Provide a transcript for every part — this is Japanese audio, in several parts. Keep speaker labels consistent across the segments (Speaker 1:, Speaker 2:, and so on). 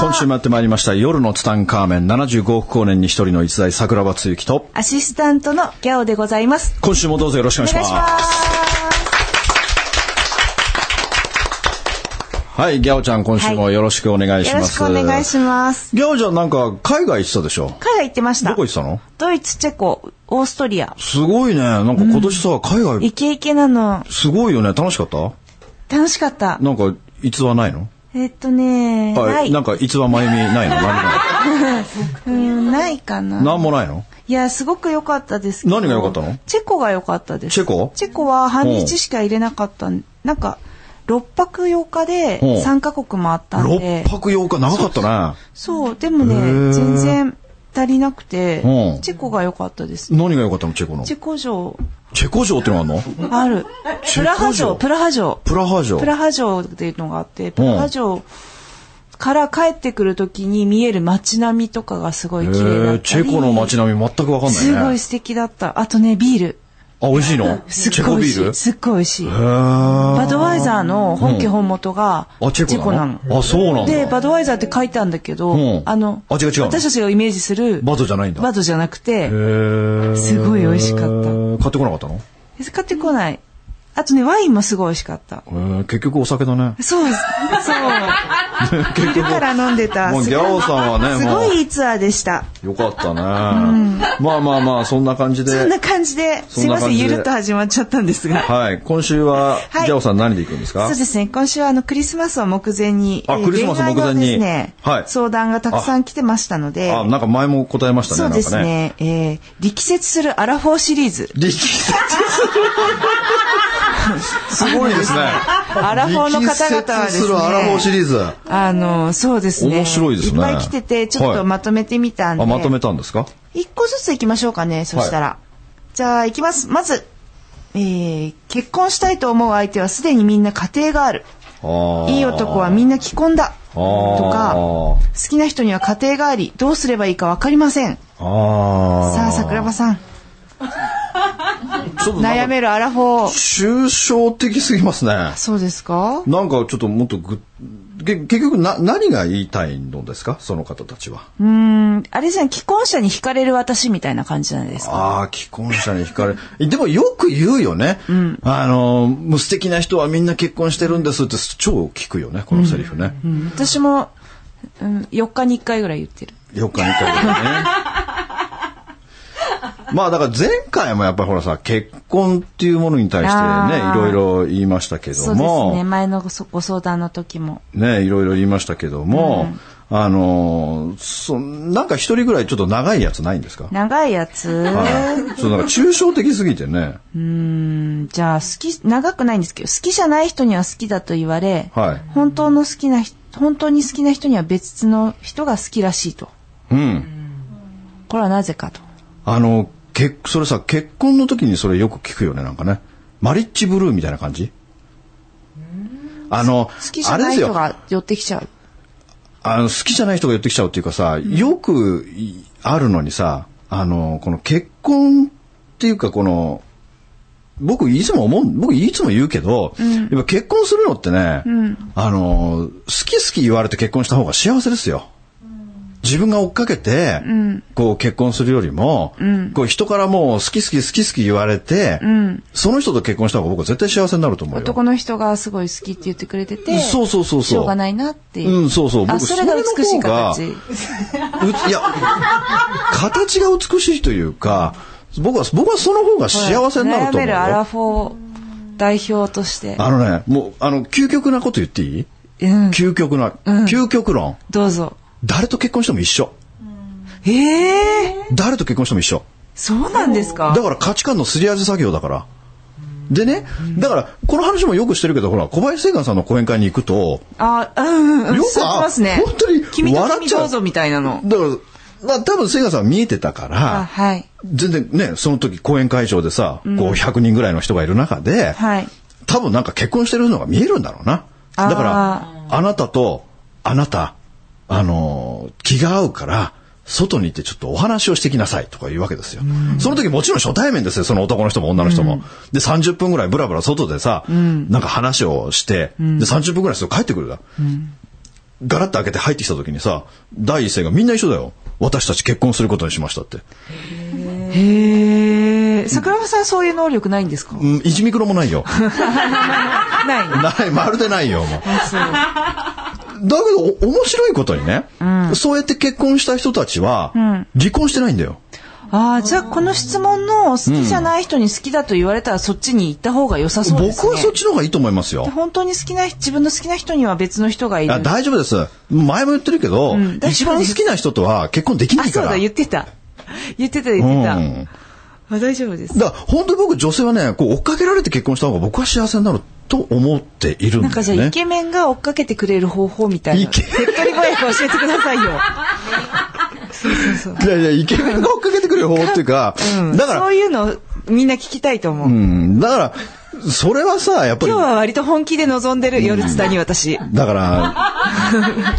Speaker 1: 今週もやってまいりました、夜のツタンカーメン75億光年に一人の逸材、桜庭つゆきと、
Speaker 2: アシスタントのギャオでございます。
Speaker 1: 今週もどうぞよろしくお願いします。はい、ギャオちゃん、今週もよろしくお願いし
Speaker 2: よろ
Speaker 1: ま
Speaker 2: し
Speaker 1: す。
Speaker 2: くお願いします。
Speaker 1: ギャオちゃん、なんか海外行ってたでしょ
Speaker 2: 海外行ってまし
Speaker 1: ど
Speaker 2: た
Speaker 1: こ行。ってたの
Speaker 2: ドイツ、チェコ、オーストリア。
Speaker 1: すごいね。なんか今年さ、海外、
Speaker 2: イケイケなの。
Speaker 1: すごいよね。楽しかった
Speaker 2: 楽しかった。
Speaker 1: なんか、逸話ないの
Speaker 2: えっとね、な
Speaker 1: あ
Speaker 2: い
Speaker 1: なん。か、逸話まゆみ ないの何が
Speaker 2: うん、ないかな。
Speaker 1: 何もないの
Speaker 2: いや、すごく良かったですけど。
Speaker 1: 何が良かったの
Speaker 2: チェコが良かったです。
Speaker 1: チェコ
Speaker 2: チェコは半日しか入れなかったんなんか、6泊8日で
Speaker 1: うん
Speaker 2: 3カ国回ったんで
Speaker 1: ?6。泊8日、長かったね。
Speaker 2: そう、でも
Speaker 1: へ
Speaker 2: ね、
Speaker 1: ー
Speaker 2: 全然足りなくて
Speaker 1: う、ん
Speaker 2: チェコが良かったです。
Speaker 1: 何が良かったのチェコの。
Speaker 2: チ
Speaker 1: チ
Speaker 2: ェコ城
Speaker 1: ェコ城ってのがあるの
Speaker 2: ある。
Speaker 1: チェコ城
Speaker 2: プラハ城、プラハ城。
Speaker 1: プラハ
Speaker 2: プラハ城
Speaker 1: 城。
Speaker 2: っていうのがあって、プラハ城から帰ってくるときに見える街並みとかがすごい綺麗だった
Speaker 1: え
Speaker 2: り
Speaker 1: ー、チェコの街並み全くわかんないね。
Speaker 2: すごい素敵だった。あとね、ビール。
Speaker 1: あ、美味しいの
Speaker 2: すっ
Speaker 1: チェ
Speaker 2: ご
Speaker 1: コ
Speaker 2: い美味
Speaker 1: ビ
Speaker 2: し
Speaker 1: ール
Speaker 2: い。すっごい美味しい。
Speaker 1: へー
Speaker 2: バドワイザーの本家本元が
Speaker 1: あ、チ
Speaker 2: チェ
Speaker 1: ェコ
Speaker 2: コな
Speaker 1: なの
Speaker 2: の。
Speaker 1: あ、そうなん
Speaker 2: で、
Speaker 1: だ。
Speaker 2: バドワイザーって書いてあるんだけ
Speaker 1: うん
Speaker 2: ど、あの、
Speaker 1: あ違う違うの
Speaker 2: 私たちがイメージする、
Speaker 1: バドじゃないんだ。
Speaker 2: バドじゃなくて
Speaker 1: へ、ー
Speaker 2: すごい美味しかった
Speaker 1: 買ってこなかったの
Speaker 2: 買ってこない。あとね、ワインもすごい美味しかった。
Speaker 1: えー結局お酒 だね。
Speaker 2: そう、そう。昼から飲んでた。
Speaker 1: もう
Speaker 2: す
Speaker 1: ギャオさんはね、
Speaker 2: す
Speaker 1: も
Speaker 2: ご
Speaker 1: う
Speaker 2: いいいツアーでした。
Speaker 1: よかったね。まあまあまあ、そんな感じ
Speaker 2: そんな
Speaker 1: で。
Speaker 2: 感じで、
Speaker 1: そ
Speaker 2: す
Speaker 1: ん
Speaker 2: い
Speaker 1: な
Speaker 2: ませ
Speaker 1: 感
Speaker 2: ん、
Speaker 1: じで
Speaker 2: ゆるっと始まっちゃったんですが。
Speaker 1: はい。今週は、
Speaker 2: はい
Speaker 1: ギャオさん何で行くんですか
Speaker 2: そうですね、今週はあのクリスマスを目前に、
Speaker 1: あ
Speaker 2: えー
Speaker 1: クリスマス目前に
Speaker 2: 恋愛のですね、
Speaker 1: はい
Speaker 2: 相談がたくさん来てましたので、
Speaker 1: あ、なんか前も答えましたね。
Speaker 2: そうです
Speaker 1: なん かね。
Speaker 2: ね、えー、力説するアラフォーシリー ズ。
Speaker 1: 力説する。すごいですね。
Speaker 2: アラフォーの方々はで
Speaker 1: 力説
Speaker 2: すね
Speaker 1: するアラフォーシリーズ。
Speaker 2: あの、そうですね。
Speaker 1: 面白いですね
Speaker 2: いっぱい来てて、ちょっ
Speaker 1: はい
Speaker 2: とまとめてみた
Speaker 1: あ、
Speaker 2: んで。
Speaker 1: まとめたんですか
Speaker 2: 一個ずつ行きましょうかね、そしたら。じゃあ、行きます。まず、えー、結婚したいと思う相手はすでにみんな家庭がある。い
Speaker 1: い
Speaker 2: い男はみんな既婚だ。とか、好きな人には家庭があり、どうすればいいかわかりません。
Speaker 1: あー
Speaker 2: さあ、桜庭さん、
Speaker 1: ちょっとなんか
Speaker 2: 悩めるアラフォー。
Speaker 1: 抽象的すぎますね。
Speaker 2: そうですか
Speaker 1: なんかちょっともっとぐ、け結局な、何が言いたいのですかその方たちは。
Speaker 2: うーん、あれじゃん、既婚者に惹かれる私みたいな感じじゃないですか。
Speaker 1: ああ、既婚者に惹かれる。でもよく言うよね。あの、もう素敵な人はみんな結婚してるんですって超聞くよね、このセリフね。
Speaker 2: うん私も、うん、4日に1回ぐらい言ってる。
Speaker 1: よく見たけどね。 まあだから前回もやっぱりほらさ、結婚っていうものに対してね、
Speaker 2: あ
Speaker 1: い
Speaker 2: ー
Speaker 1: ろいろ言いましたけ
Speaker 2: そ
Speaker 1: ど
Speaker 2: うです
Speaker 1: も。
Speaker 2: ね、前のごご相談の時も。
Speaker 1: ね、いろいろ言いましたけども、あのーそ、なんか一人ぐらいちょっと長いやつないんですか
Speaker 2: 長いやつ。
Speaker 1: はい。そう、なんか抽象的すぎてね。
Speaker 2: うんじゃあ好き長くないんですけど好きじゃない人には好きだと言われ、
Speaker 1: はい
Speaker 2: 本当の好きな人本当に好きな人には別の人が好きらしいと
Speaker 1: うん。
Speaker 2: これはなぜかと
Speaker 1: あの、結、それさ、結婚の時にそれよく聞くよね、なんかね。マリッジブルーみたいな感じあの
Speaker 2: 好き、じ
Speaker 1: あ
Speaker 2: ゃ
Speaker 1: れで
Speaker 2: ない
Speaker 1: す
Speaker 2: 人
Speaker 1: よ。
Speaker 2: が寄ってきちゃう
Speaker 1: あの、好きじゃない人が寄ってきちゃうっていうかさ、よくいあるのにさ、あの、この結婚っていうかこの、僕いつも思う、僕いつも言うけど、やっぱ結婚するのってね、あの、好き好き言われて結婚した方が幸せですよ。自分が追っかけて、こう結婚するよりも、こう人からもう好き好き好き好き言われて、その人と結婚した方が僕は絶対幸せになると思うよ。
Speaker 2: 男の人がすごい好きって言ってくれてて
Speaker 1: そうそうそうそう
Speaker 2: しょうがないなっていう、
Speaker 1: うんそうそう
Speaker 2: あ
Speaker 1: 僕
Speaker 2: それが美しい形
Speaker 1: うついや、形が美しいというか、僕は、僕はその方が幸せになる
Speaker 2: 悩
Speaker 1: と思
Speaker 2: め
Speaker 1: う
Speaker 2: るアラ
Speaker 1: よ。
Speaker 2: フォー代表として
Speaker 1: あのね、もう、あの、究極なこと言っていい
Speaker 2: うん
Speaker 1: 究極な、
Speaker 2: うん
Speaker 1: 究極論。
Speaker 2: どうぞ
Speaker 1: 誰と結婚しても一緒。
Speaker 2: ええ
Speaker 1: 誰と結婚しても一緒。
Speaker 2: そうなんですか
Speaker 1: だから価値観のすり合わせ作業だから。でね、だから、この話もよくしてるけど、ほら、小林正観さんの講演会に行くと、
Speaker 2: あうんうんうん
Speaker 1: よく
Speaker 2: 座ってますね
Speaker 1: 本当に
Speaker 2: 君と
Speaker 1: 笑っ
Speaker 2: 君
Speaker 1: ちゃう
Speaker 2: どうぞみたいなの
Speaker 1: だから、まあ多分、セガさんは見えてたから、
Speaker 2: あはい。
Speaker 1: 全然ね、その時講演会場でさ、こう100人ぐらいの人がいる中で、
Speaker 2: はい。
Speaker 1: 多分なんか結婚してるのが見えるんだろうな。だから、あなたと、あなた、あのー、気が合うから、外に行ってちょっとお話をしてきなさいとか言うわけですよ。その時もちろん初対面ですよ、その男の人も女の人も。で、30分ぐらいブラブラ外でさ、なんか話をして、で、30分ぐらいすると帰ってくるだ。ガラッと開けて入ってきた時にさ、第一声がみんな一緒だよ。私たち結婚することにしましたって。
Speaker 2: へえ。桜庭さんそういう能力ないんですか
Speaker 1: うん、1ミクロもないよ。
Speaker 2: ない。
Speaker 1: ない、まるでないよ、もう。だけど、お面白いことにね、そうやって結婚した人たちは、離婚してないんだよ。
Speaker 2: ああ、じゃあこの質問の好きじゃない人に好きだと言われたらそっちに行った方が良さそうですね。
Speaker 1: 僕はそっちの方がいいと思いますよ。
Speaker 2: 本当に好きな、自分の好きな人には別の人がいる。
Speaker 1: あ大丈夫です。前も言ってるけど、
Speaker 2: ん
Speaker 1: 一番好きな人とは結婚できな
Speaker 2: あ、
Speaker 1: いか
Speaker 2: そう
Speaker 1: ら。
Speaker 2: だ、言ってた。 言ってた、言ってた。
Speaker 1: うん
Speaker 2: あ大丈夫です。
Speaker 1: だから本当に僕女性はね、こう追っかけられて結婚した方が僕は幸せになると思っている
Speaker 2: な
Speaker 1: んだよね。
Speaker 2: んかじゃあ、イケメンが追っかけてくれる方法みたいな。
Speaker 1: イケ
Speaker 2: 手っ取り早く教えてくださ いよ。そうそうそう。
Speaker 1: いやいや、イケメンが追っかけてくれる方法っていうか、
Speaker 2: うん、
Speaker 1: だから
Speaker 2: そう、いうの、みんな聞きたいと思う。
Speaker 1: うん、だから、それはさ、やっぱり
Speaker 2: 今日、は割と本気で望んでる、夜伝に私。
Speaker 1: だから、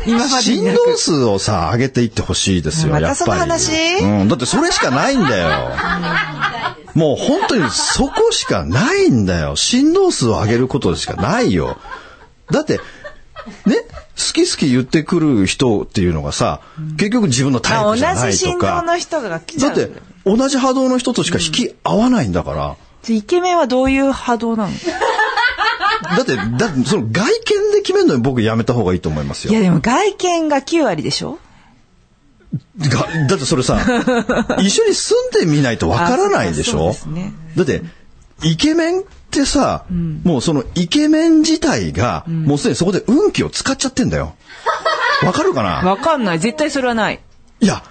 Speaker 2: 今までに
Speaker 1: 振
Speaker 2: なく。
Speaker 1: 動数をさ、上げていってほしいですよ、
Speaker 2: また
Speaker 1: やっぱ
Speaker 2: そ
Speaker 1: り。
Speaker 2: の話
Speaker 1: うん、だってそれしかないんだよ。もう本当にそこしかないんだよ。振動数を上げることしかないよ。だって、ね、好き好き言ってくる人っていうのがさ、結局自分のタイプじゃ
Speaker 2: あ
Speaker 1: な
Speaker 2: 同
Speaker 1: い
Speaker 2: じ
Speaker 1: と
Speaker 2: 振
Speaker 1: か
Speaker 2: 動。の人が来ち
Speaker 1: だ
Speaker 2: ゃ
Speaker 1: っ
Speaker 2: う。
Speaker 1: て、同じ波動の人としか引き合わないんだから。
Speaker 2: じゃあイケメンはどういう波動なのい
Speaker 1: だって、だってその外見で決めるのに僕やめた方がいいと思いますよ。
Speaker 2: やでも外見が9割でしょ
Speaker 1: がだってそれさ、 一緒に住んでみないとわからないでし
Speaker 2: あ
Speaker 1: ょ
Speaker 2: そうかそうですね
Speaker 1: だって、イケメンってさ、もうそのイケメン自体が、もうすでにそこで運気を使っちゃってん だよ。わかるかな
Speaker 2: わかんない。絶対それはない。
Speaker 1: いや、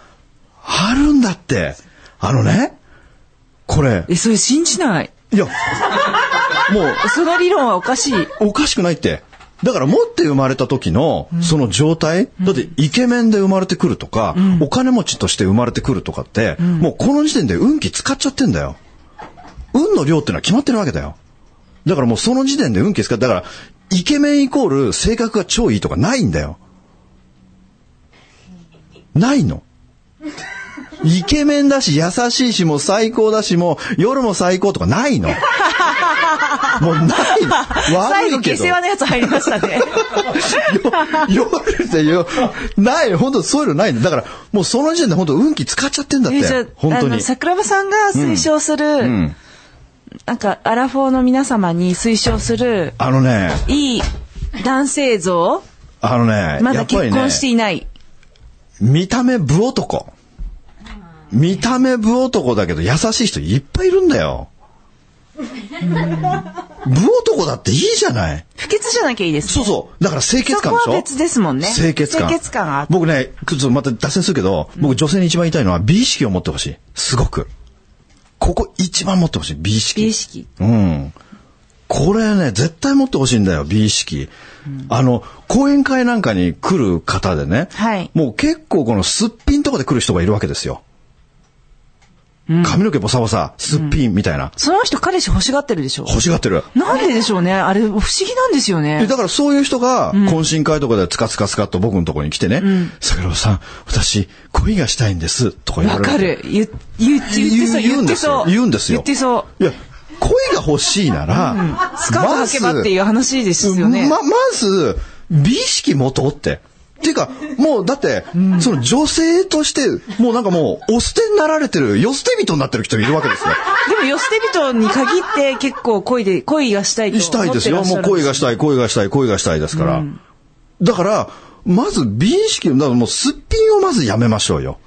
Speaker 1: あるんだって。あのね、これ、
Speaker 2: え、それ信じない。
Speaker 1: い や、も
Speaker 2: その理論はおかしい。
Speaker 1: うおかしくないって。だから持って生まれた時のその状態、だってイケメンで生まれてくるとか、お金持ちとして生まれてくるとかって、もうこの時点で運気使っちゃってんだよ。運の量ってのは決まってるわけだよ。だからもうその時点で運気使って、だからイケメンイコール性格が超いいとかないんだよ。ないの。イケメンだし、優しいし、もう最高だし、もう夜も最高とかない の。もうないの。悪
Speaker 2: 最後、
Speaker 1: いけ
Speaker 2: 下
Speaker 1: ど。
Speaker 2: 世話のやつ入りましたね。
Speaker 1: よ夜ってよ、ない、本当そういうのないのだから、もうその時点で本当運気使っちゃってんだっ
Speaker 2: えじゃあ
Speaker 1: て。本当
Speaker 2: あ
Speaker 1: に
Speaker 2: の、。桜庭さんが推奨する、
Speaker 1: うん。
Speaker 2: なんか、アラフォーの皆様に推奨する、
Speaker 1: あのね、
Speaker 2: いい男性像、
Speaker 1: あのね、
Speaker 2: ま
Speaker 1: や
Speaker 2: だ
Speaker 1: っぱり
Speaker 2: 結
Speaker 1: ね
Speaker 2: 婚していない。
Speaker 1: 見た目不男。見た目不男だけど優しい人いっぱいいるん だよ。不男だっていいじゃない。
Speaker 2: 不潔じゃなきゃいいですね。
Speaker 1: そうそう。だから清潔感でしょ
Speaker 2: そこは別ですもんね
Speaker 1: 清潔感。
Speaker 2: 清潔感があって
Speaker 1: 僕ね、ちょっとまた脱線するけど、僕女性に一番言いたいのは美意識を持ってほしい。すごく。ここ一番持ってほしい。美意識。
Speaker 2: 美意識。
Speaker 1: うん。これね、絶対持ってほしいんだよ、美意識。あの、講演会なんかに来る方でね、
Speaker 2: はい
Speaker 1: もう結構このすっぴんとかで来る人がいるわけですよ。髪の毛ボサボサ、すっぴんみたいな。
Speaker 2: その人彼氏欲しがってるでしょ
Speaker 1: 欲しがってる。
Speaker 2: なんででしょうね。あれ、不思議なんですよ
Speaker 1: え
Speaker 2: ね。
Speaker 1: だからそういう人が、懇親会とかでつかつかつかっと僕のところに来てね、桜庭さん、私、恋がしたいんです、とか言わ
Speaker 2: わ
Speaker 1: れる。
Speaker 2: かる。言っ、言っ言ってそう、
Speaker 1: 言う
Speaker 2: 言
Speaker 1: ん
Speaker 2: っ
Speaker 1: で
Speaker 2: て
Speaker 1: す
Speaker 2: そ
Speaker 1: よ
Speaker 2: う。。
Speaker 1: 言うんですよ。
Speaker 2: 言ってそう。
Speaker 1: いや、恋が欲しいなら、
Speaker 2: スカート
Speaker 1: ま
Speaker 2: 履
Speaker 1: ず
Speaker 2: けばっていう話ですよね。
Speaker 1: ま、まず、美意識持とうって。っていうか、もうだって、その女性として、もうなんかもう、お捨てになられてる、よ捨て人になってる人いるわけですよ。
Speaker 2: でも、寄捨て人に限って結構恋で、恋がしたいと思っ
Speaker 1: して
Speaker 2: ら
Speaker 1: た
Speaker 2: っしゃ
Speaker 1: い
Speaker 2: るん
Speaker 1: ですよ。もう恋がしたい、恋がしたい、恋がしたいですから。だから、まず美意識、だからもうすっぴんをまずやめましょうよ。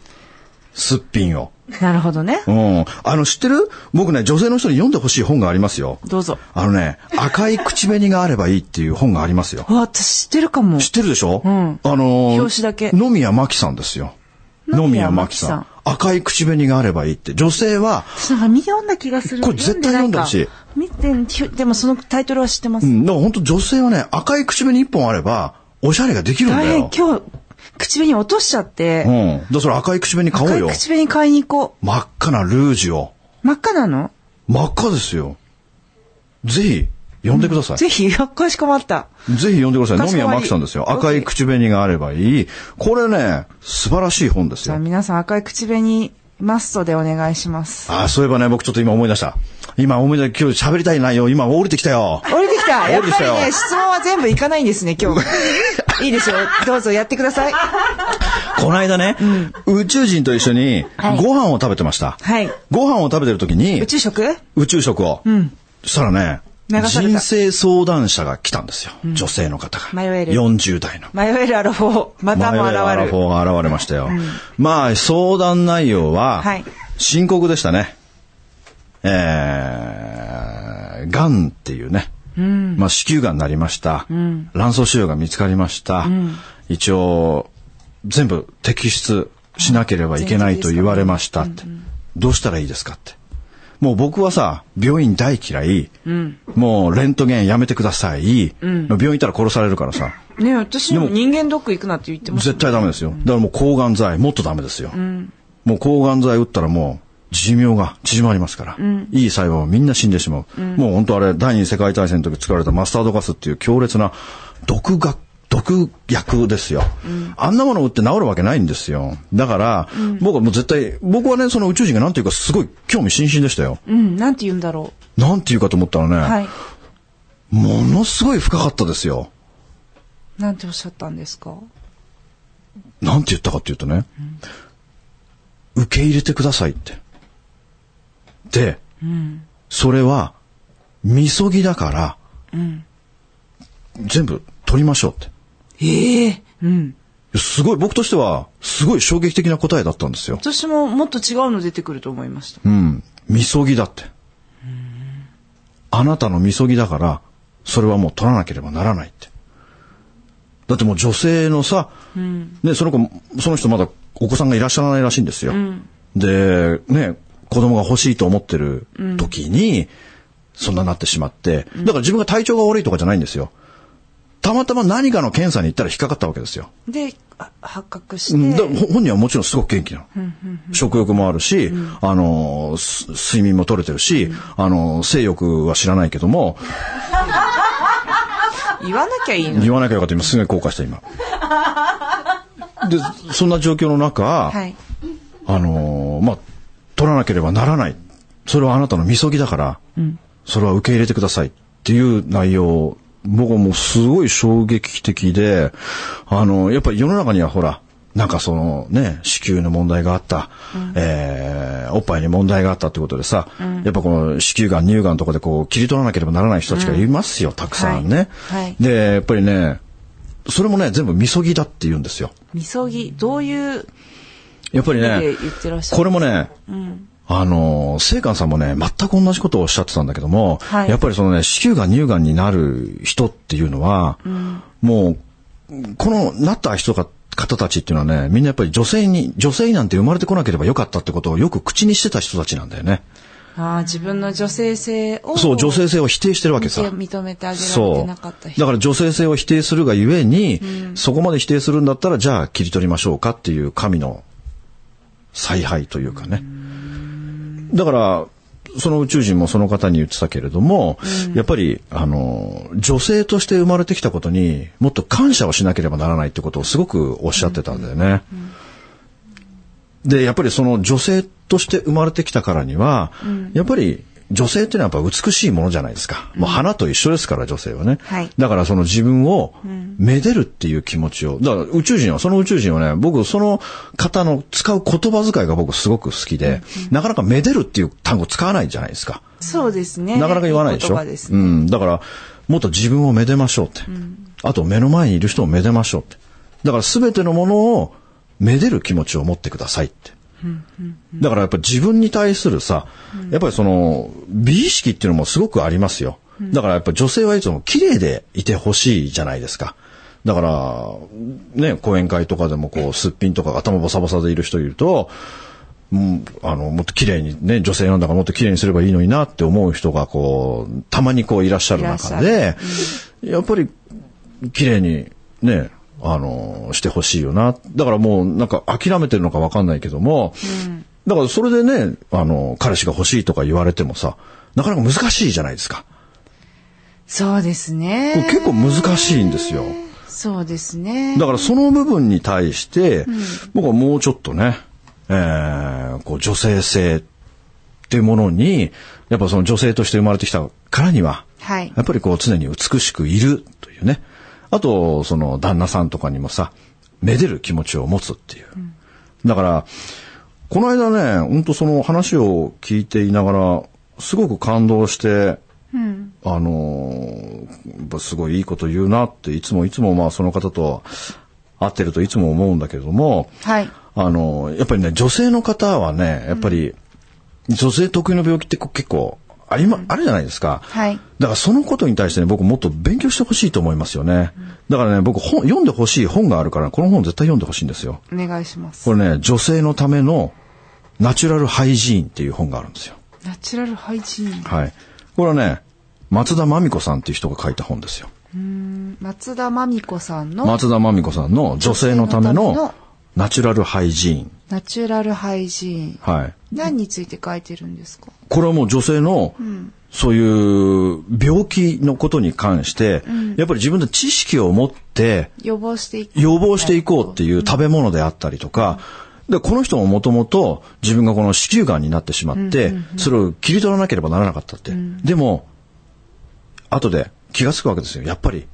Speaker 1: すっぴんを。
Speaker 2: なるほどね
Speaker 1: う。ん。あの、知ってる僕ね、女性の人に読んでほしい本がありますよ。
Speaker 2: どうぞ。
Speaker 1: あのね、赤い口紅があればいいっていう本がありますよ。
Speaker 2: うわ私知ってるかも。
Speaker 1: 知ってるでしょうんあのー
Speaker 2: 表紙だけ
Speaker 1: 野宮真紀さんですよ。
Speaker 2: 野
Speaker 1: 野
Speaker 2: 宮真
Speaker 1: 宮真
Speaker 2: 紀
Speaker 1: 紀
Speaker 2: さん
Speaker 1: さん。赤い口紅があればいいって。女性は、
Speaker 2: 私なんか見読んだ気がする。
Speaker 1: これ絶対読んだし
Speaker 2: 見て、ひょでもそのタイトルは知ってます。
Speaker 1: うん、だから本当女性はね、赤い口紅一本あれば、おしゃれができるんだ
Speaker 2: 大変、
Speaker 1: よ。
Speaker 2: 今日、口紅落としちゃって、
Speaker 1: うん。だからそれ赤い口紅買おうよ
Speaker 2: 赤い。口紅買いに行こ
Speaker 1: 真っ赤なルージュを。
Speaker 2: う。真っ赤なの
Speaker 1: 真っ赤ですよ。ぜひ、呼んでください。
Speaker 2: ぜひ、やっかしこまった。
Speaker 1: ぜひ読んでください。
Speaker 2: かし
Speaker 1: 野
Speaker 2: こまり
Speaker 1: 宮真紀さんですよ。
Speaker 2: 了解
Speaker 1: 赤い口紅があればいい。これね、素晴らしい本です
Speaker 2: じゃあ
Speaker 1: よ。
Speaker 2: 皆さん赤い口紅マストでお願いします。
Speaker 1: あ、そういえばね、僕ちょっと今思い出した。今思い出した。今日喋りたい内容、今降りてきたよ。
Speaker 2: 降りてきたや
Speaker 1: 降
Speaker 2: っ
Speaker 1: りてき
Speaker 2: ぱ
Speaker 1: たよ
Speaker 2: りね、質問は全部いかないんですね、 今日。いいですよ。どうぞやってください。
Speaker 1: この間ね、宇宙人と一緒に
Speaker 2: はい
Speaker 1: ご飯を食べてました。
Speaker 2: はい。
Speaker 1: ご飯を食べてる時に
Speaker 2: 宇、宙食
Speaker 1: 宇宙食を。そしたらね、
Speaker 2: 流された
Speaker 1: 人生相談者が来たんですよ。女性の方が。
Speaker 2: 迷える
Speaker 1: 40代の。
Speaker 2: 迷えるアラフォー。またも
Speaker 1: 迷えるアラ
Speaker 2: 現
Speaker 1: フ
Speaker 2: る。
Speaker 1: ォーが現れましたよ。まあ、相談内容は
Speaker 2: はい、
Speaker 1: 深刻でしたね。えー、癌っていうね。まあ、子宮癌になりました。卵巣腫瘍が見つかりました。一応、全部摘出しなければいけないと言われましたって。どうしたらいいですかって。もう僕はさ、病院大嫌い。もうレントゲンやめてください。病院行ったら殺されるからさ。
Speaker 2: ね私にも人間ドック行くなって言ってました。
Speaker 1: 絶対ダメですよ。だからもう抗がん剤、もっとダメですよ。もう抗がん剤打ったらもう、寿命が縮まりますから、いい細胞はみんな死んでしまう。もう本当あれ、第二次世界大戦の時使われたマスタードガスっていう強烈な毒が、毒薬ですよ、あんなものを打って治るわけないんですよ。だから、僕はもう絶対、僕はね、その宇宙人がなんていうかすごい興味津々でしたよ。
Speaker 2: うん、なんて言うんだろ
Speaker 1: なんていうかと思ったらね、
Speaker 2: う。はい。
Speaker 1: ものすごい深かったですよ。
Speaker 2: なんておっしゃったんですか
Speaker 1: なんて言ったかっていうとね、受け入れてくださいって。で、それは、みそぎだから、全部取りましょうって
Speaker 2: ええうん。。
Speaker 1: すごい、僕としては、すごい衝撃的な答えだったんですよ。
Speaker 2: 私ももっと違うの出てくると思いました。
Speaker 1: うん。みそぎだって。あなたのみそぎだから、それはもう取らなければならないって。だってもう女性のさ、ね、その子、その人まだお子さんがいらっしゃらないらしいんですよ。で、ね、子供が欲しいと思ってる時に、そんなになってしまって、だから自分が体調が悪いとかじゃないんですよ。たまたま何かの検査に行ったら引っかかったわけですよ。
Speaker 2: で、あ発覚し
Speaker 1: うんだ
Speaker 2: て。
Speaker 1: ほ本人はもちろんすごく元気なの。食欲もあるし、あのー、す睡眠も取れてるし、あのー、性欲は知らないけども、
Speaker 2: 言わなきゃいいの。
Speaker 1: 言わなきゃよかった今すごい後悔した今。で、そんな状況の中、
Speaker 2: はい。
Speaker 1: あのーまあ、取らなければならない。それはあなたのみそぎだから、それは受け入れてくださいっていう内容、僕はもうすごい衝撃的で、あのやっぱり世の中にはほら、なんかそのね、子宮の問題があった、えーおっぱいに問題があったってことでさ、やっぱこの子宮がん、乳がんとかでこう切り取らなければならない人たちがいますよ、たくさんね、
Speaker 2: はいはい
Speaker 1: で、やっぱりね、それもね、全部みそぎだって言うんですよ。
Speaker 2: みそぎ、どういう、
Speaker 1: やっぱりね
Speaker 2: で言ってらっ、しゃる
Speaker 1: これもね、あの、聖寛さんもね、全く同じことをおっしゃってたんだけども、
Speaker 2: はい
Speaker 1: やっぱりそのね、子宮がん乳がんになる人っていうのは、もう、このなった人が、方たちっていうのはね、みんなやっぱり女性に、女性になんて生まれてこなければよかったってことをよく口にしてた人たちなんだよね。
Speaker 2: ああ、自分の女性性を。
Speaker 1: そう、女性性を否定してるわけさ。
Speaker 2: 認めてあげられ
Speaker 1: そ
Speaker 2: て
Speaker 1: う。
Speaker 2: なかった
Speaker 1: だ
Speaker 2: 人。
Speaker 1: から女性性を否定するがゆえに、そこまで否定するんだったら、じゃあ切り取りましょうかっていう神の采配というかね。だから、その宇宙人もその方に言ってたけれども、やっぱり、あの、女性として生まれてきたことにもっと感謝をしなければならないってことをすごくおっしゃってたんだよね。で、やっぱりその女性として生まれてきたからには、やっぱり女性っていうのはやっぱ美しいものじゃないですか。もう花と一緒ですから、女性はね。
Speaker 2: はい
Speaker 1: だからその自分をめでるっていう気持ちを、だから宇宙人は、その宇宙人はね、僕その方の使う言葉遣いが僕すごく好きで、なかなかめでるっていう単語使わないじゃないですか。
Speaker 2: そうですね。
Speaker 1: なかなか言わないでし
Speaker 2: 言
Speaker 1: ょ。
Speaker 2: 葉です
Speaker 1: う
Speaker 2: ね。
Speaker 1: ん。だから、もっと自分をめでましょうって。あと、目の前にいる人をめでましょうって。だから、すべてのものをめでる気持ちを持ってくださいって。だからやっぱ自分に対するさ、やっぱりその、美意識っていうのもすごくありますよ。だからやっぱ女性はいつも綺麗でいてほしいじゃないですか。だから、ね、講演会とかでもこう、すっぴんとか頭ボサボサでいる人いると、うん、あの、もっと綺麗にね、女性なんだからもっと綺麗にすればいいのになって思う人がこう、たまにこういらっしゃる中で、やっぱり綺麗にね、あの、してほしいよな。だからもうなんか諦めてるのかわかんないけども、だからそれでね、あの、彼氏が欲しいとか言われてもさ、なかなか難しいじゃないですか。
Speaker 2: そうですね
Speaker 1: これ。結構難しいんですよ。
Speaker 2: そうですね。
Speaker 1: だからその部分に対して、僕はもうちょっとね、えー、こう女性性っていうものに、やっぱその女性として生まれてきたからには、
Speaker 2: はい
Speaker 1: やっぱりこう常に美しくいるというね。あと、その旦那さんとかにもさ、めでる気持ちを持つっていう。だから、この間ね、本当その話を聞いていながら、すごく感動して、あのーやっぱすごいいいこと言うなって、いつもいつもまあその方と会ってるといつも思うんだけれども、
Speaker 2: はい。
Speaker 1: あのーやっぱりね、女性の方はね、やっぱり、女性特有の病気ってこう結構あり、まあるじゃないですか。
Speaker 2: はい
Speaker 1: だからそのことに対してね、僕もっと勉強してほしいと思いますよね。だからね、僕本、読んでほしい本があるから、この本絶対読んでほしいんですよ。
Speaker 2: お願いします。
Speaker 1: これね、女性のためのナチュラルハイジーンっていう本があるんですよ。
Speaker 2: ナチュラルハイジーン。
Speaker 1: はい。これはね、松田真美子さんっていう人が書いた本ですよ。
Speaker 2: 松田真美子さんの
Speaker 1: 松田真美子さんの女性のため
Speaker 2: 女性のための
Speaker 1: のナチュラルハイジーン。
Speaker 2: ナチュラルハイジーン。
Speaker 1: はい。
Speaker 2: 何について書いてるんですか
Speaker 1: これはもう女性の、そういう病気のことに関して、やっぱり自分で知識を持って、
Speaker 2: 予防していく。
Speaker 1: 予防していこうっていう食べ物であったりとか、で、この人ももともと自分がこの子宮がんになってしまって、それを切り取らなければならなかったって。でも、後で気がつくわけですよ。やっぱり、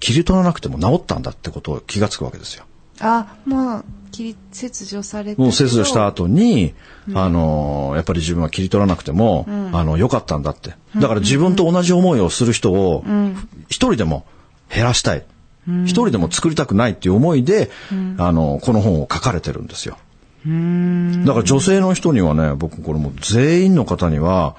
Speaker 1: 切り取らなくても治ったんだってことを気がつくわけですよ。
Speaker 2: あ、もう、切り、切除されて。
Speaker 1: もう切除した。後に、あのー、やっぱり自分は切り取らなくても、あの、良かったんだって。だから自分と同じ思いをする人を、一人でも減らしたい。一人でも作りたくないっていう思いで、あの、この本を書かれてるんですよ。だから女性の人にはね、僕これもう全員の方には、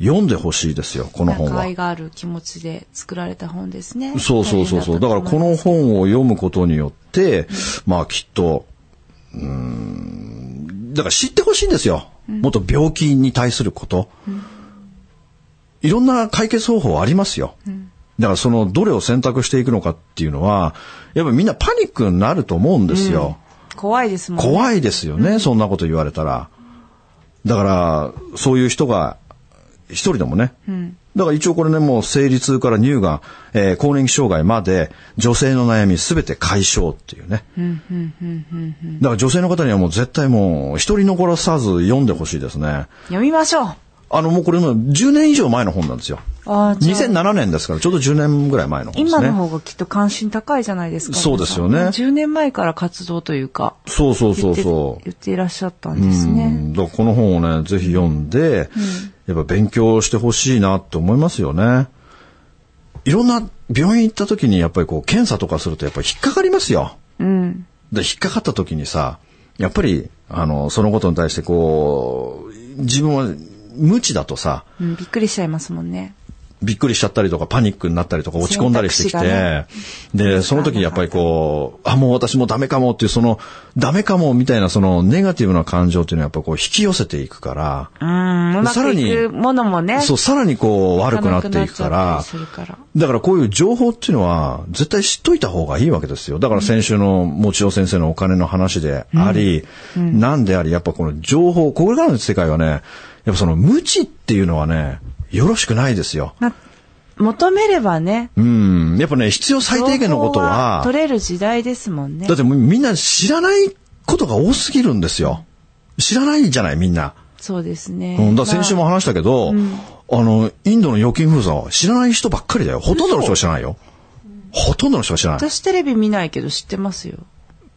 Speaker 1: 読んでほしいですよ、この本
Speaker 2: 仲
Speaker 1: は
Speaker 2: 愛。がある気持ちで作られた本ですね。
Speaker 1: そうそうそうそう。だからこの本を読むことによって、まあきっと、うーん、だから知ってほしいんですよ。もっと病気に対すること。いろんな解決方法ありますよ。だからそのどれを選択していくのかっていうのは、やっぱりみんなパニックになると思うんですよ。
Speaker 2: 怖いですもんね。
Speaker 1: 怖いですよね、そんなこと言われたら。だから、そういう人が、一人でもね。だから一応これね、もう生理痛から乳がん、えー、更年期障害まで、女性の悩みすべて解消っていうね。だから女性の方にはもう絶対もう、一人残らさず読んでほしいですね。
Speaker 2: 読みましょう。
Speaker 1: あの、もうこれの10年以上前の本なんですよ。
Speaker 2: あーじゃあ
Speaker 1: 2007年ですから、ちょうど10年ぐらい前の本です
Speaker 2: 今
Speaker 1: ね。
Speaker 2: の方がきっと関心高いじゃないですか。
Speaker 1: そうですよね
Speaker 2: 皆さん10年前から活動というか、
Speaker 1: そうそうそ
Speaker 2: 言っ
Speaker 1: う
Speaker 2: て
Speaker 1: そう。
Speaker 2: 言っていらっしゃったんですね。
Speaker 1: うんだからこの本をね、ぜひ読んで、やっぱ勉強してほしいなって思いますよね。いろんな病院行った時にやっぱりこう検査とかするとやっぱり引っかかりますよ。
Speaker 2: うん。
Speaker 1: で、引っかかった時にさ、やっぱり、あの、そのことに対してこう、自分は無知だとさ、
Speaker 2: うん、びっくりしちゃいますもんね。
Speaker 1: びっくりしちゃったりとか、パニックになったりとか、落ち込んだりしてきて、
Speaker 2: 選択肢が
Speaker 1: で、その時にやっぱりこう、あ、もう私もダメかもっていう、その、ダメかもみたいな、その、ネガティブな感情っていうのはやっぱこう、引き寄せていくから、
Speaker 2: うん、うま
Speaker 1: さ
Speaker 2: く
Speaker 1: らに
Speaker 2: いくものもね。
Speaker 1: そう、さらにこう、悪くなっていくか
Speaker 2: なく、な
Speaker 1: ら
Speaker 2: っちゃったりするから
Speaker 1: だからこういう情報っていうのは、絶対知っといた方がいいわけですよ。だから先週のもちお先生のお金の話であり、なんであり、やっぱこの情報、これからの世界はね、やっぱその無知っていうのはね、よろしくないですよ。
Speaker 2: な求めればね。
Speaker 1: うん。やっぱね、必要最低限のこ
Speaker 2: 情報
Speaker 1: とは、
Speaker 2: 取れる時代ですもんね。
Speaker 1: だってもうみんな知らないことが多すぎるんですよ。知らないじゃない、みんな。
Speaker 2: そうですね。
Speaker 1: うん、だから先週も話したけど、あの、インドの預金封鎖は知らない人ばっかりだよ。ほとんどの人は知らないよ。ほとんどの人は知らない。
Speaker 2: 私テレビ見ないけど知ってますよ。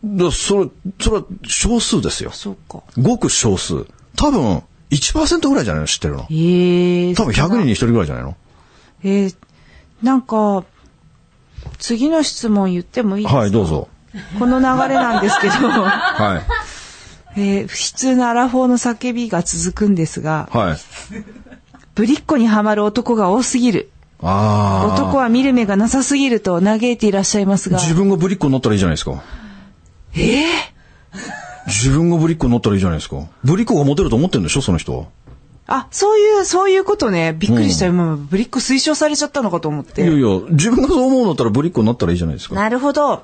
Speaker 1: だそれ、それは少数ですよ。
Speaker 2: そうか。
Speaker 1: ごく少数。多分、1%ぐらいじゃないの知ってるの。
Speaker 2: ええ
Speaker 1: 多分100人に1人ぐらいじゃないの
Speaker 2: えーなんか、次の質問言ってもいいですか
Speaker 1: はい、どうぞ。
Speaker 2: この流れなんですけど、
Speaker 1: はい。
Speaker 2: えー普通のアラフォーの叫びが続くんですが、
Speaker 1: はい。
Speaker 2: ぶりっ子にはまる男が多すぎる。
Speaker 1: あー。
Speaker 2: 男は見る目がなさすぎると嘆いていらっしゃいますが、
Speaker 1: 自分がぶりっ子になったらいいじゃないですか。
Speaker 2: ええ
Speaker 1: 自分がぶりっ子になったらいいじゃないですか。ぶりっ子がモテると思ってるんでしょその人は。
Speaker 2: あ、そういう、そういうことね。びっくりした。今、ぶりっ子推奨されちゃったのかと思っ
Speaker 1: いや
Speaker 2: て。
Speaker 1: いや、自分がそう思うんだったらぶりっ子になったらいいじゃないですか。
Speaker 2: なるほど。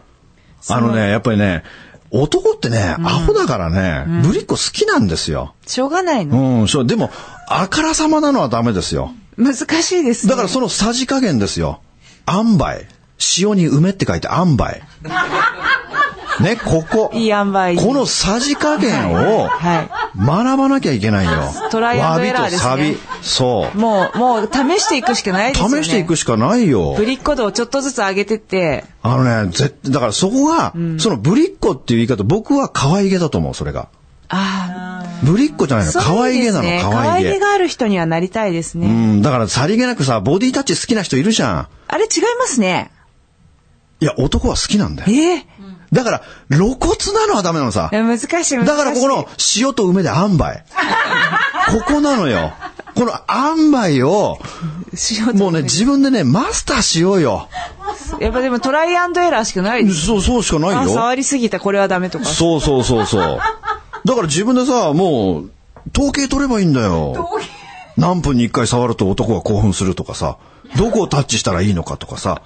Speaker 1: あのね、やっぱりね、男ってね、アホだからね、ぶりっ子好きなんですよ。
Speaker 2: しょうがないの。
Speaker 1: うん、そう。でも、あからさまなのはダメですよ。
Speaker 2: 難しいです、ね。
Speaker 1: だからそのさじ加減ですよ。塩梅。塩に梅って書いて塩梅。ね、ここ。
Speaker 2: いい塩梅
Speaker 1: このさじ加減を
Speaker 2: は
Speaker 1: 学ばなきゃいけないよ。
Speaker 2: トライアンドエラーですね
Speaker 1: わびとサビ。そう。
Speaker 2: もう、もう試していくしかないですよね。
Speaker 1: 試していくしかないよ
Speaker 2: ぶ。りっ子度をちょっとずつ上げてって、
Speaker 1: あのね、ぜだからそこが、そのぶりっ子っていう言い方、僕は可愛げだと思う、それが。
Speaker 2: ああ、
Speaker 1: ぶりっ子じゃないの、
Speaker 2: そう
Speaker 1: 可愛
Speaker 2: で
Speaker 1: げ
Speaker 2: す
Speaker 1: なの、
Speaker 2: ね。
Speaker 1: 可愛
Speaker 2: 可愛
Speaker 1: げ
Speaker 2: げ。がある人にはなりたいですね。
Speaker 1: うん、だからさりげなくさ、ボディタッチ好きな人いるじゃん。
Speaker 2: あれ違いますね。
Speaker 1: いや、男は好きなんだよ。
Speaker 2: ええ
Speaker 1: だから、露骨なのはダメなのさ。
Speaker 2: いや難しい難しい。
Speaker 1: だからここの塩と梅で塩 梅。ここなのよ。この塩梅を、
Speaker 2: しようと
Speaker 1: もう
Speaker 2: 思
Speaker 1: ね、
Speaker 2: います、
Speaker 1: 自分でね、マスターしようよ。
Speaker 2: やっぱでもトライアンドエラーしかないです。
Speaker 1: そう、そうしかな
Speaker 2: あ、
Speaker 1: いよ。
Speaker 2: 触りすぎた、これはダメとか。
Speaker 1: そうそうそうそう。だから自分でさ、もう、統計取ればいいんだよ。何分に一回触ると男が興奮するとかさ、どこをタッチしたらいいのかとかさ、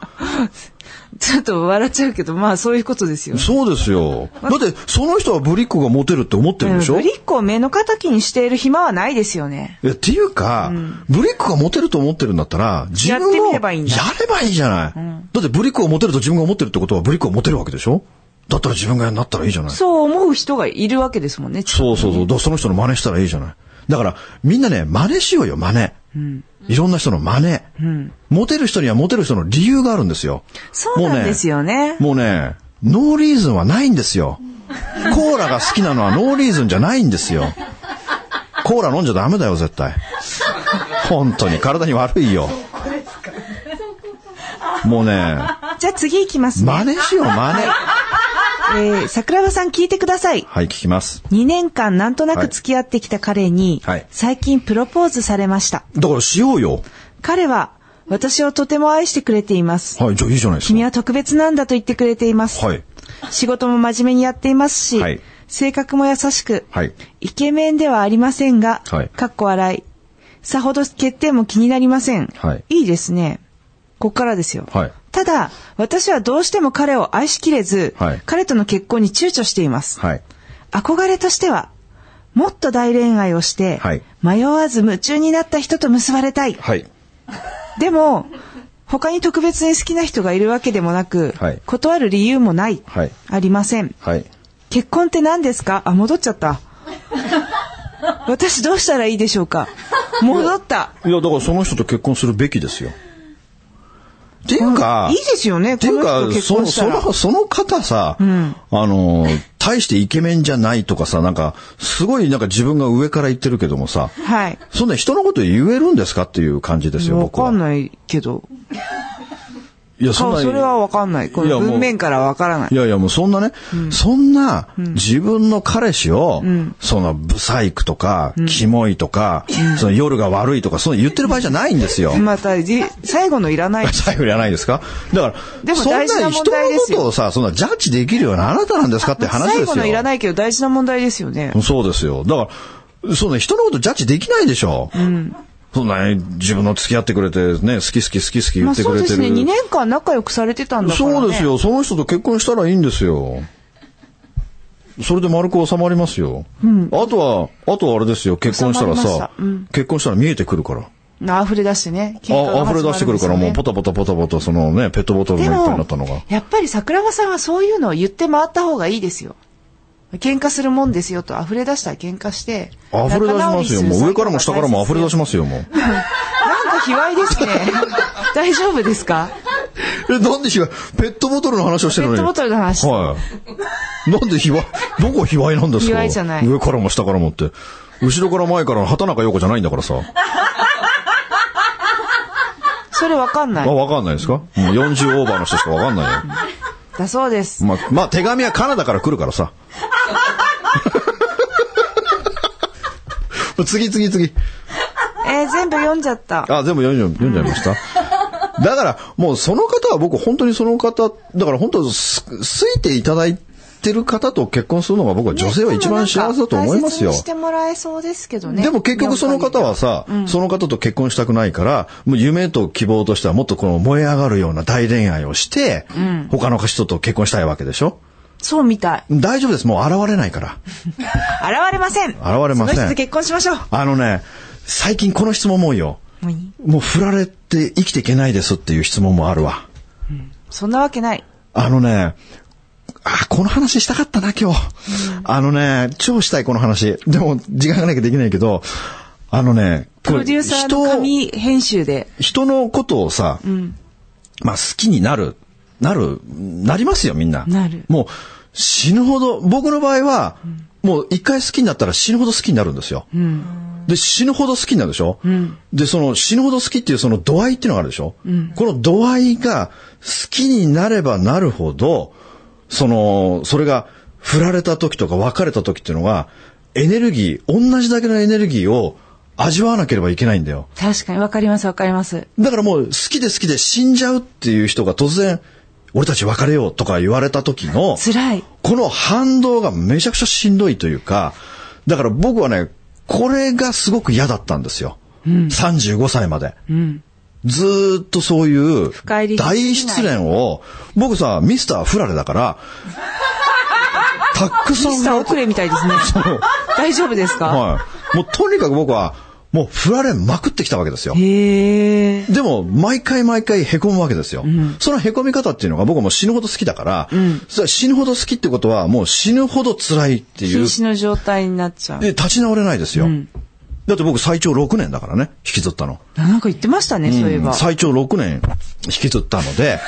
Speaker 2: ちょっと笑っちゃうけど、まあそういうことですよ。
Speaker 1: そうですよ。だって、その人はブリッコがモテるって思ってるんでしょ
Speaker 2: ぶりっ子を目の敵にしている暇はないですよね。
Speaker 1: いやっていうか、ブリックがモテると思ってるんだったら、自分
Speaker 2: やっ
Speaker 1: を
Speaker 2: てみればいいんだ
Speaker 1: やればいいじゃない。だってブリックをモテると自分が思ってるってことはブリックをモテるわけでしょだったら自分がなったらいいじゃない。
Speaker 2: そう思う人がいるわけですもんね。
Speaker 1: そうそうそう。だからその人の真似したらいいじゃない。だから、みんなね、真似しようよ、真似。いろんな人の真似、モテる人にはモテる人の理由があるんですよ。
Speaker 2: そうなんですよね。
Speaker 1: もうね、ノーリーズンはないんですよ。コーラが好きなのはノーリーズンじゃないんですよ。コーラ飲んじゃダメだよ、絶対。本当に、体に悪いよ。もうね、
Speaker 2: じゃあ次行きますね。
Speaker 1: 真似しよう、真似。
Speaker 2: えー桜庭さん聞いてください。
Speaker 1: はい、聞きます。
Speaker 2: 2年間なんとなく付き合ってきた彼に、
Speaker 1: はい
Speaker 2: 最近プロポーズされました。
Speaker 1: だからしようよ。
Speaker 2: 彼は、私をとても愛してくれています。
Speaker 1: はい、じゃあいいじゃないです
Speaker 2: 君
Speaker 1: か。
Speaker 2: は特別なんだと言ってくれています。
Speaker 1: はい。
Speaker 2: 仕事も真面目にやっていますし、
Speaker 1: はい
Speaker 2: 性格も優しく、
Speaker 1: はい
Speaker 2: イケメンではありませんが、
Speaker 1: はい
Speaker 2: かっこ笑い。さほど欠点も気になりません。
Speaker 1: はい
Speaker 2: いですね。ここからですよ。
Speaker 1: はい
Speaker 2: ただ、私はどうしても彼を愛しきれず、
Speaker 1: はい
Speaker 2: 彼との結婚に躊躇しています。
Speaker 1: はい。
Speaker 2: 憧れとしては、もっと大恋愛をして、
Speaker 1: はい
Speaker 2: 迷わず夢中になった人と結ばれたい。
Speaker 1: はい。
Speaker 2: でも、他に特別に好きな人がいるわけでもなく、
Speaker 1: はい
Speaker 2: 断る理由もない、
Speaker 1: はい
Speaker 2: ありません。
Speaker 1: はい。
Speaker 2: 結婚って何ですかあ、戻っちゃった。私どうしたらいいでしょうか戻った。
Speaker 1: いや、だからその人と結婚するべきですよ。っていうか、
Speaker 2: いいですよね、
Speaker 1: って
Speaker 2: こ
Speaker 1: い
Speaker 2: の人と
Speaker 1: うか、
Speaker 2: 結
Speaker 1: そ
Speaker 2: 婚
Speaker 1: の、
Speaker 2: した
Speaker 1: そ
Speaker 2: ら。
Speaker 1: の、その方さ、あの、大してイケメンじゃないとかさ、なんか、すごいなんか自分が上から言ってるけどもさ、
Speaker 2: はい。
Speaker 1: そんな人のこと言えるんですかっていう感じですよ、
Speaker 2: わ
Speaker 1: 僕
Speaker 2: か
Speaker 1: は。
Speaker 2: んないけど。
Speaker 1: いや、そん
Speaker 2: そ
Speaker 1: な、
Speaker 2: それはわかんない。こ
Speaker 1: いや
Speaker 2: の
Speaker 1: もう
Speaker 2: 文面からわからない
Speaker 1: い。やいや、もうそんなね、そんな、自分の彼氏を、その、ブサイクとか、キモいとか、その夜が悪いとか、その言ってる場合じゃないんですよ。
Speaker 2: また、じ 最後のいらない。
Speaker 1: 最後じゃないですかだから、
Speaker 2: でも
Speaker 1: そんな
Speaker 2: 大事な問
Speaker 1: 人のこ
Speaker 2: 題ですよ
Speaker 1: とをさ、そんなジャッジできるようなあなたなんですかって話です
Speaker 2: 最
Speaker 1: よ。
Speaker 2: 後のいらないけど大事な問題ですよね。
Speaker 1: そうですよ。だから、そうね、人のことジャッジできないでしょ。そんな、ね、自分の付き合ってくれて、ね、好き好き好き好き
Speaker 2: ま
Speaker 1: 言
Speaker 2: あ
Speaker 1: って
Speaker 2: そ
Speaker 1: く
Speaker 2: う
Speaker 1: れ
Speaker 2: で
Speaker 1: て
Speaker 2: す
Speaker 1: る。
Speaker 2: ね。2年間仲良くされてたんだから、ね。
Speaker 1: そうです。よ。その人と結婚したらいいんですよ。それで丸く収まりますよ。あとは、あとはあれですよ。結婚したら
Speaker 2: 収まりま
Speaker 1: さ
Speaker 2: し、たうん
Speaker 1: 結婚したら見えてくるから。
Speaker 2: 溢れ出してね。喧嘩
Speaker 1: あ、
Speaker 2: が始
Speaker 1: 溢れ
Speaker 2: ま
Speaker 1: 出してくるから、
Speaker 2: んです
Speaker 1: も
Speaker 2: よ
Speaker 1: う
Speaker 2: ね
Speaker 1: ポタポタポタポタ、そのね、ペットボトルのいっぱいになったの
Speaker 2: で
Speaker 1: が
Speaker 2: も。やっぱり桜庭さんはそういうのを言って回った方がいいですよ。喧嘩するもんですよと、溢れ出したら喧嘩して。
Speaker 1: 溢れ出しますよ。もう上からも下からも溢れ出し
Speaker 2: ま
Speaker 1: ますよ、もう。
Speaker 2: す。なんか卑猥ですね。 大丈夫ですか
Speaker 1: え、なんで卑猥ペットボトルの話をしてるのに。
Speaker 2: ペットボトルの話
Speaker 1: はい。なんで卑猥、どこ卑猥なんですか
Speaker 2: 卑猥じゃない
Speaker 1: 上からも下からもって。後ろから前からの畑中陽子じゃないんだからさ。
Speaker 2: それわかんな
Speaker 1: あ、
Speaker 2: い。
Speaker 1: わかんないですかもう40オーバーの人しかわかんないよ。
Speaker 2: だそうです。
Speaker 1: まあ、まあ、手紙はカナダから来るから さ。次次次。
Speaker 2: えー全部読んじゃった。
Speaker 1: あ、全部読んじゃ読んじゃいま した。だから、もうその方は僕本当にその方、だから本当す、すいていただいてる方と結婚するのが僕は女性は一番幸せだと思いま
Speaker 2: でもなんか大
Speaker 1: すよ。
Speaker 2: 切にしてもらえそうですけどね。
Speaker 1: でも結局その方はさ、その方と結婚したくないから、もう夢と希望としてはもっとこの燃え上がるような大恋愛をして、他の人と結婚したいわけでしょ
Speaker 2: そうみたい。
Speaker 1: 大丈夫です。もう現れないから。
Speaker 2: 現れません。現
Speaker 1: れません
Speaker 2: その人と結婚しましょう。
Speaker 1: あのね、最近この質問も多いよ。
Speaker 2: もういい
Speaker 1: もう振られて生きていけないですっていう質問もあるわ。
Speaker 2: そんなわけない。
Speaker 1: あのね、あ、この話したかったな、今日。あのね、超したい、この話。でも、時間がなきゃできないけど、あのね、
Speaker 2: プロデューサーの
Speaker 1: 人を
Speaker 2: 紙編集で。
Speaker 1: 人のことをさ、まあ好きになる、なる、なりますよ、みんな。
Speaker 2: なる
Speaker 1: もう死ぬほど、僕の場合は、もう一回好きになったら死ぬほど好きになるんですよ。で、死ぬほど好きになるでしょ、で、その死ぬほど好きっていうその度合いっていうのがあるでしょ、この度合いが好きになればなるほど、その、それが振られた時とか別れた時っていうのが、エネルギー、同じだけのエネルギーを味わわなければいけないんだよ。
Speaker 2: 確かに、わかります、わかります。
Speaker 1: だからもう好きで好きで死んじゃうっていう人が突然、俺たち別れようとか言われた時の、
Speaker 2: 辛い。
Speaker 1: この反動がめちゃくちゃしんどいというか、だから僕はね、これがすごく嫌だったんですよ。35歳まで。ずーっとそういう
Speaker 2: 深入り
Speaker 1: 大失恋を、僕さ、ミスターフラレ だから、たくさん
Speaker 2: ミス
Speaker 1: 振
Speaker 2: ター
Speaker 1: られ
Speaker 2: 遅れみたいですね。
Speaker 1: そう
Speaker 2: 大丈夫ですか、
Speaker 1: はい。もうとにかく僕は、もう振られまくってきたわけですよ。
Speaker 2: へえ。
Speaker 1: でも、毎回毎回凹むわけですよ。その凹み方っていうのが僕はもう死ぬほど好きだから、それは死ぬほど好きってことはもう死ぬほど辛いってい
Speaker 2: 瀕
Speaker 1: う。
Speaker 2: 死の状態になっちゃう。
Speaker 1: で、立ち直れないですよ。だって僕最長6年だからね、引きずったの。
Speaker 2: あなんか言ってましたね、そういえ
Speaker 1: うん
Speaker 2: ば。
Speaker 1: 最長6年引きずった ので、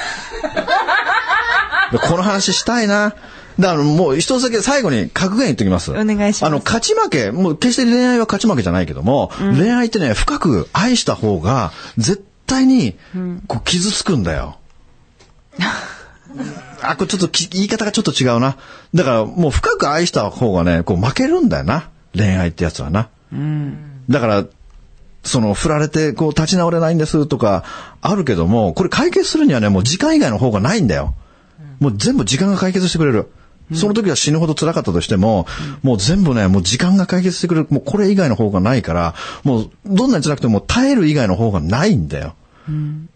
Speaker 1: でこの話したいな。だからもう一つだけ最後に格言言ってきます。お
Speaker 2: 願いします
Speaker 1: あの、勝ち負け、もう決して恋愛は勝ち負けじゃないけども、恋愛ってね、深く愛した方が、絶対に、こう、傷つくんだよ。あ、これちょっとき言い方がちょっと違うな。だからもう深く愛した方がね、こう負けるんだよな。恋愛ってやつはな。だから、その、振られて、こう、立ち直れないんですとか、あるけども、これ解決するにはね、もう時間以外の方がないんだよ。もう全部時間が解決してくれる。その時は死ぬほど辛かったとしても、もう全部ね、もう時間が解決してくれる。もうこれ以外の方がないから、もうどんなに辛くても耐える以外の方がないんだよ。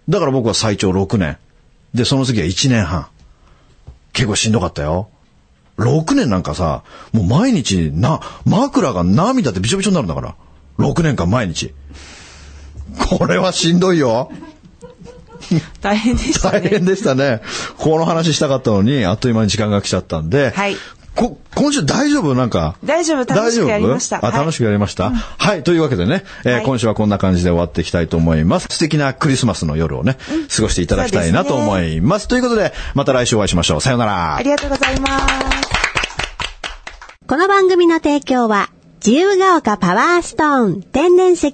Speaker 1: だから僕は最長6年。で、その次は1年半。結構しんどかったよ。6年なんかさ、もう毎日な、枕が涙でびちょびちょになるんだから。6年間毎日。これはしんどいよ。
Speaker 2: 大変でした
Speaker 1: 大
Speaker 2: ね。
Speaker 1: 変でしたね。この話したかったのに、あっという間に時間が来ちゃったんで。
Speaker 2: はい
Speaker 1: こ、今週大丈夫なんか。
Speaker 2: 大丈夫楽しくやりました
Speaker 1: 大丈夫
Speaker 2: は
Speaker 1: あ、
Speaker 2: い
Speaker 1: 楽しくやりました。はい。というわけでね、えー
Speaker 2: はい
Speaker 1: 今週はこんな感じで終わっていきたいと思います。素敵なクリスマスの夜をね、過ごしていただきたいなと思います。ということで、また来週お会いしましょう。さようなら
Speaker 2: あ。りがとうございます。
Speaker 3: この番組の提供は、自由が丘パワーストーン天然石、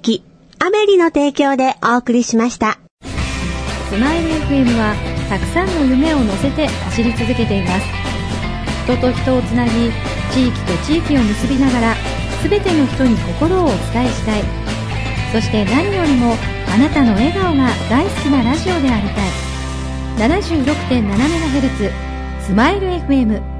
Speaker 3: アメリの提供でお送りしました。
Speaker 4: スマイル FM はたくさんの夢を乗せて走り続けています人と人をつなぎ地域と地域を結びながら全ての人に心をお伝えしたいそして何よりもあなたの笑顔が大好きなラジオでありたい 76.7MHz スマイル FM